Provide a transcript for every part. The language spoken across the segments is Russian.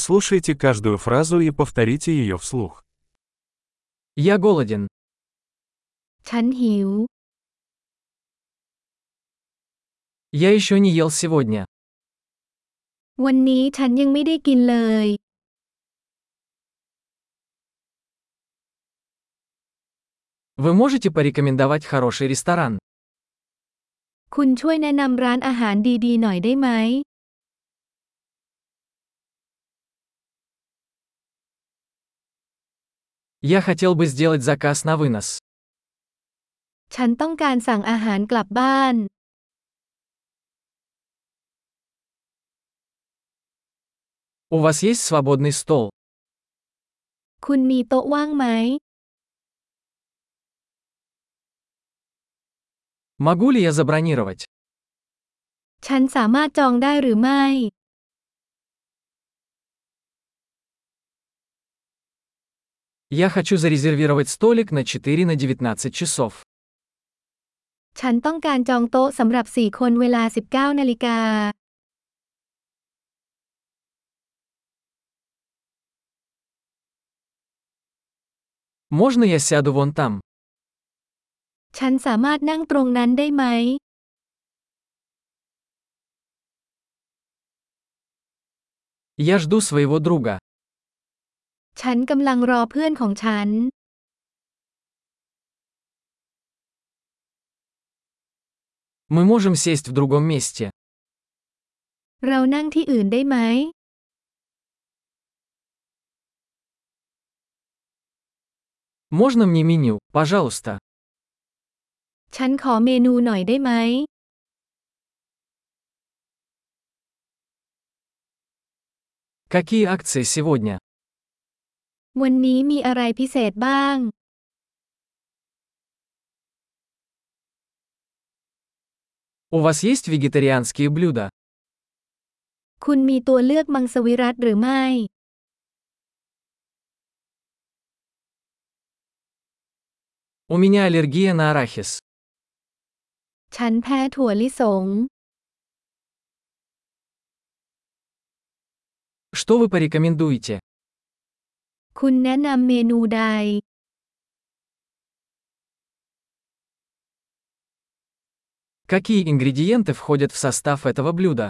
Прослушайте каждую фразу и повторите ее вслух. Я голоден. ฉันหิว Я еще не ел сегодня. วันนี้ฉันยังไม่ได้กินเลย Вы можете порекомендовать хороший ресторан? คุณช่วยแนะนำร้านอาหารดีๆ หน่อยได้ไหม Я хотел бы сделать заказ на вынос. ฉันต้องการสั่งอาหารกลับบ้าน У вас есть свободный стол? คุณมีโต๊ะว่างไหม Могу ли я забронировать? ฉันสามารถจองได้หรือไม่ Я хочу зарезервировать столик на 4 на 19 часов. ฉันต้องการจองโต๊ะสำหรับ 4 คนเวลา 19 นาฬิกา Можно я сяду вон там? ฉันสามารถนั่งตรงนั้นได้ไหม Я жду своего друга. ฉันกำลังรอเพื่อนของฉัน Мы можем сесть в другом месте. เรานั่งที่อื่นได้ไหม Можно мне меню, пожалуйста? ฉันขอเมนูหน่อยได้ไหม Какие акции сегодня? วันนี้มีอะไรพิเศษบ้าง У вас есть вегетарианские блюда? คุณมีตัวเลือกมังสวิรัตหรือไม่ У меня аллергия на арахис. ฉันแพ้ถั่วลิสง Что вы порекомендуете? คุณแนะนำเมนูใด Какие ингредиенты входят в состав этого блюда?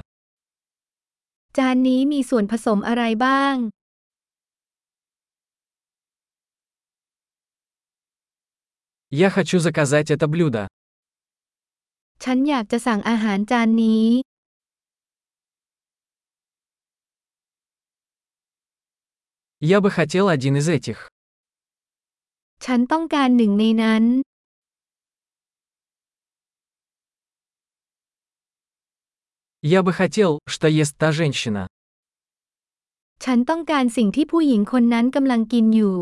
จานนี้มีส่วนผสมอะไรบ้าง Я хочу заказать это блюдо. ฉันอยากจะสั่งอาหารจานนี้ Я бы хотел один из этих. ฉันต้องการหนึ่งในนั้น Я бы хотел, что ест та женщина. ฉันต้องการสิ่งที่ผู้หญิงคนนั้นกำลังกินอยู่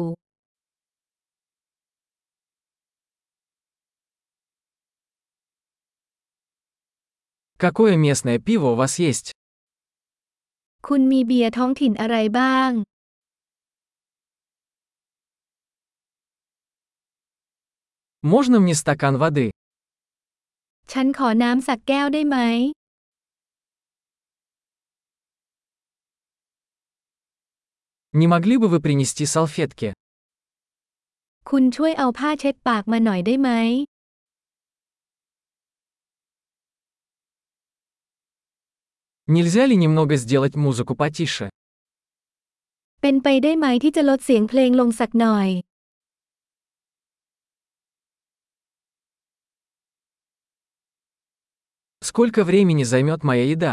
Какое местное пиво у вас есть? คุณมีเบียร์ท้องถิ่นอะไรบ้าง Можно мне стакан воды? ฉันขอน้ำสักแก้วได้ไหม Не могли бы вы принести салфетки? คุณช่วยเอาผ้าเช็ดปากมาหน่อยได้ไหม Нельзя ли немного сделать музыку потише? เป็นไปได้ไหมที่จะลดเสียงเพลงลงสักหน่อย Сколько времени займет моя еда?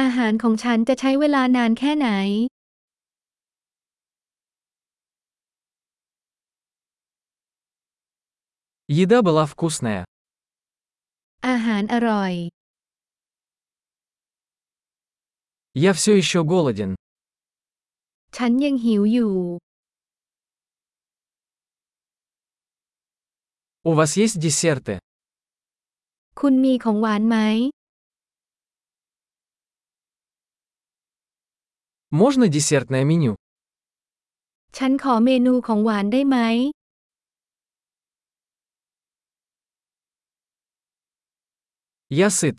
อาหารของฉันจะใช้เวลานานแค่ไหน Еда была вкусная. อาหารอร่อย Я все еще голоден. ฉันยังหิวอยู่ У вас есть десерты? คุณมีของหวานไหม Можно десертное меню? ฉันขอเมนูของหวานได้ไหม Я сыт.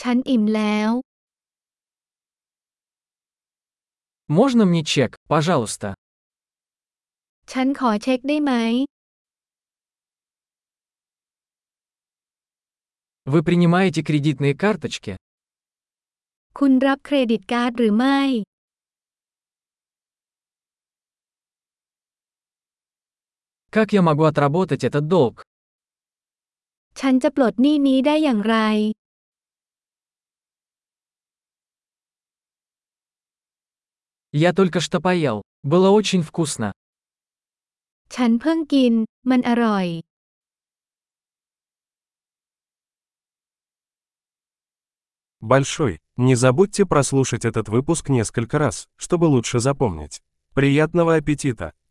ฉันอิ่มแล้ว Можно мне чек, пожалуйста? ฉันขอเช็คได้ไหม Вы принимаете кредитные карточки? คุณรับเครดิตการ์ดหรือไม่ Как я могу отработать этот долг? ฉันจะปลดหนี้นี้ได้อย่างไร Я только что поел. Было очень вкусно. ฉันเพิ่งกิน มันอร่อย Большой, не забудьте прослушать этот выпуск несколько раз, чтобы лучше запомнить. Приятного аппетита!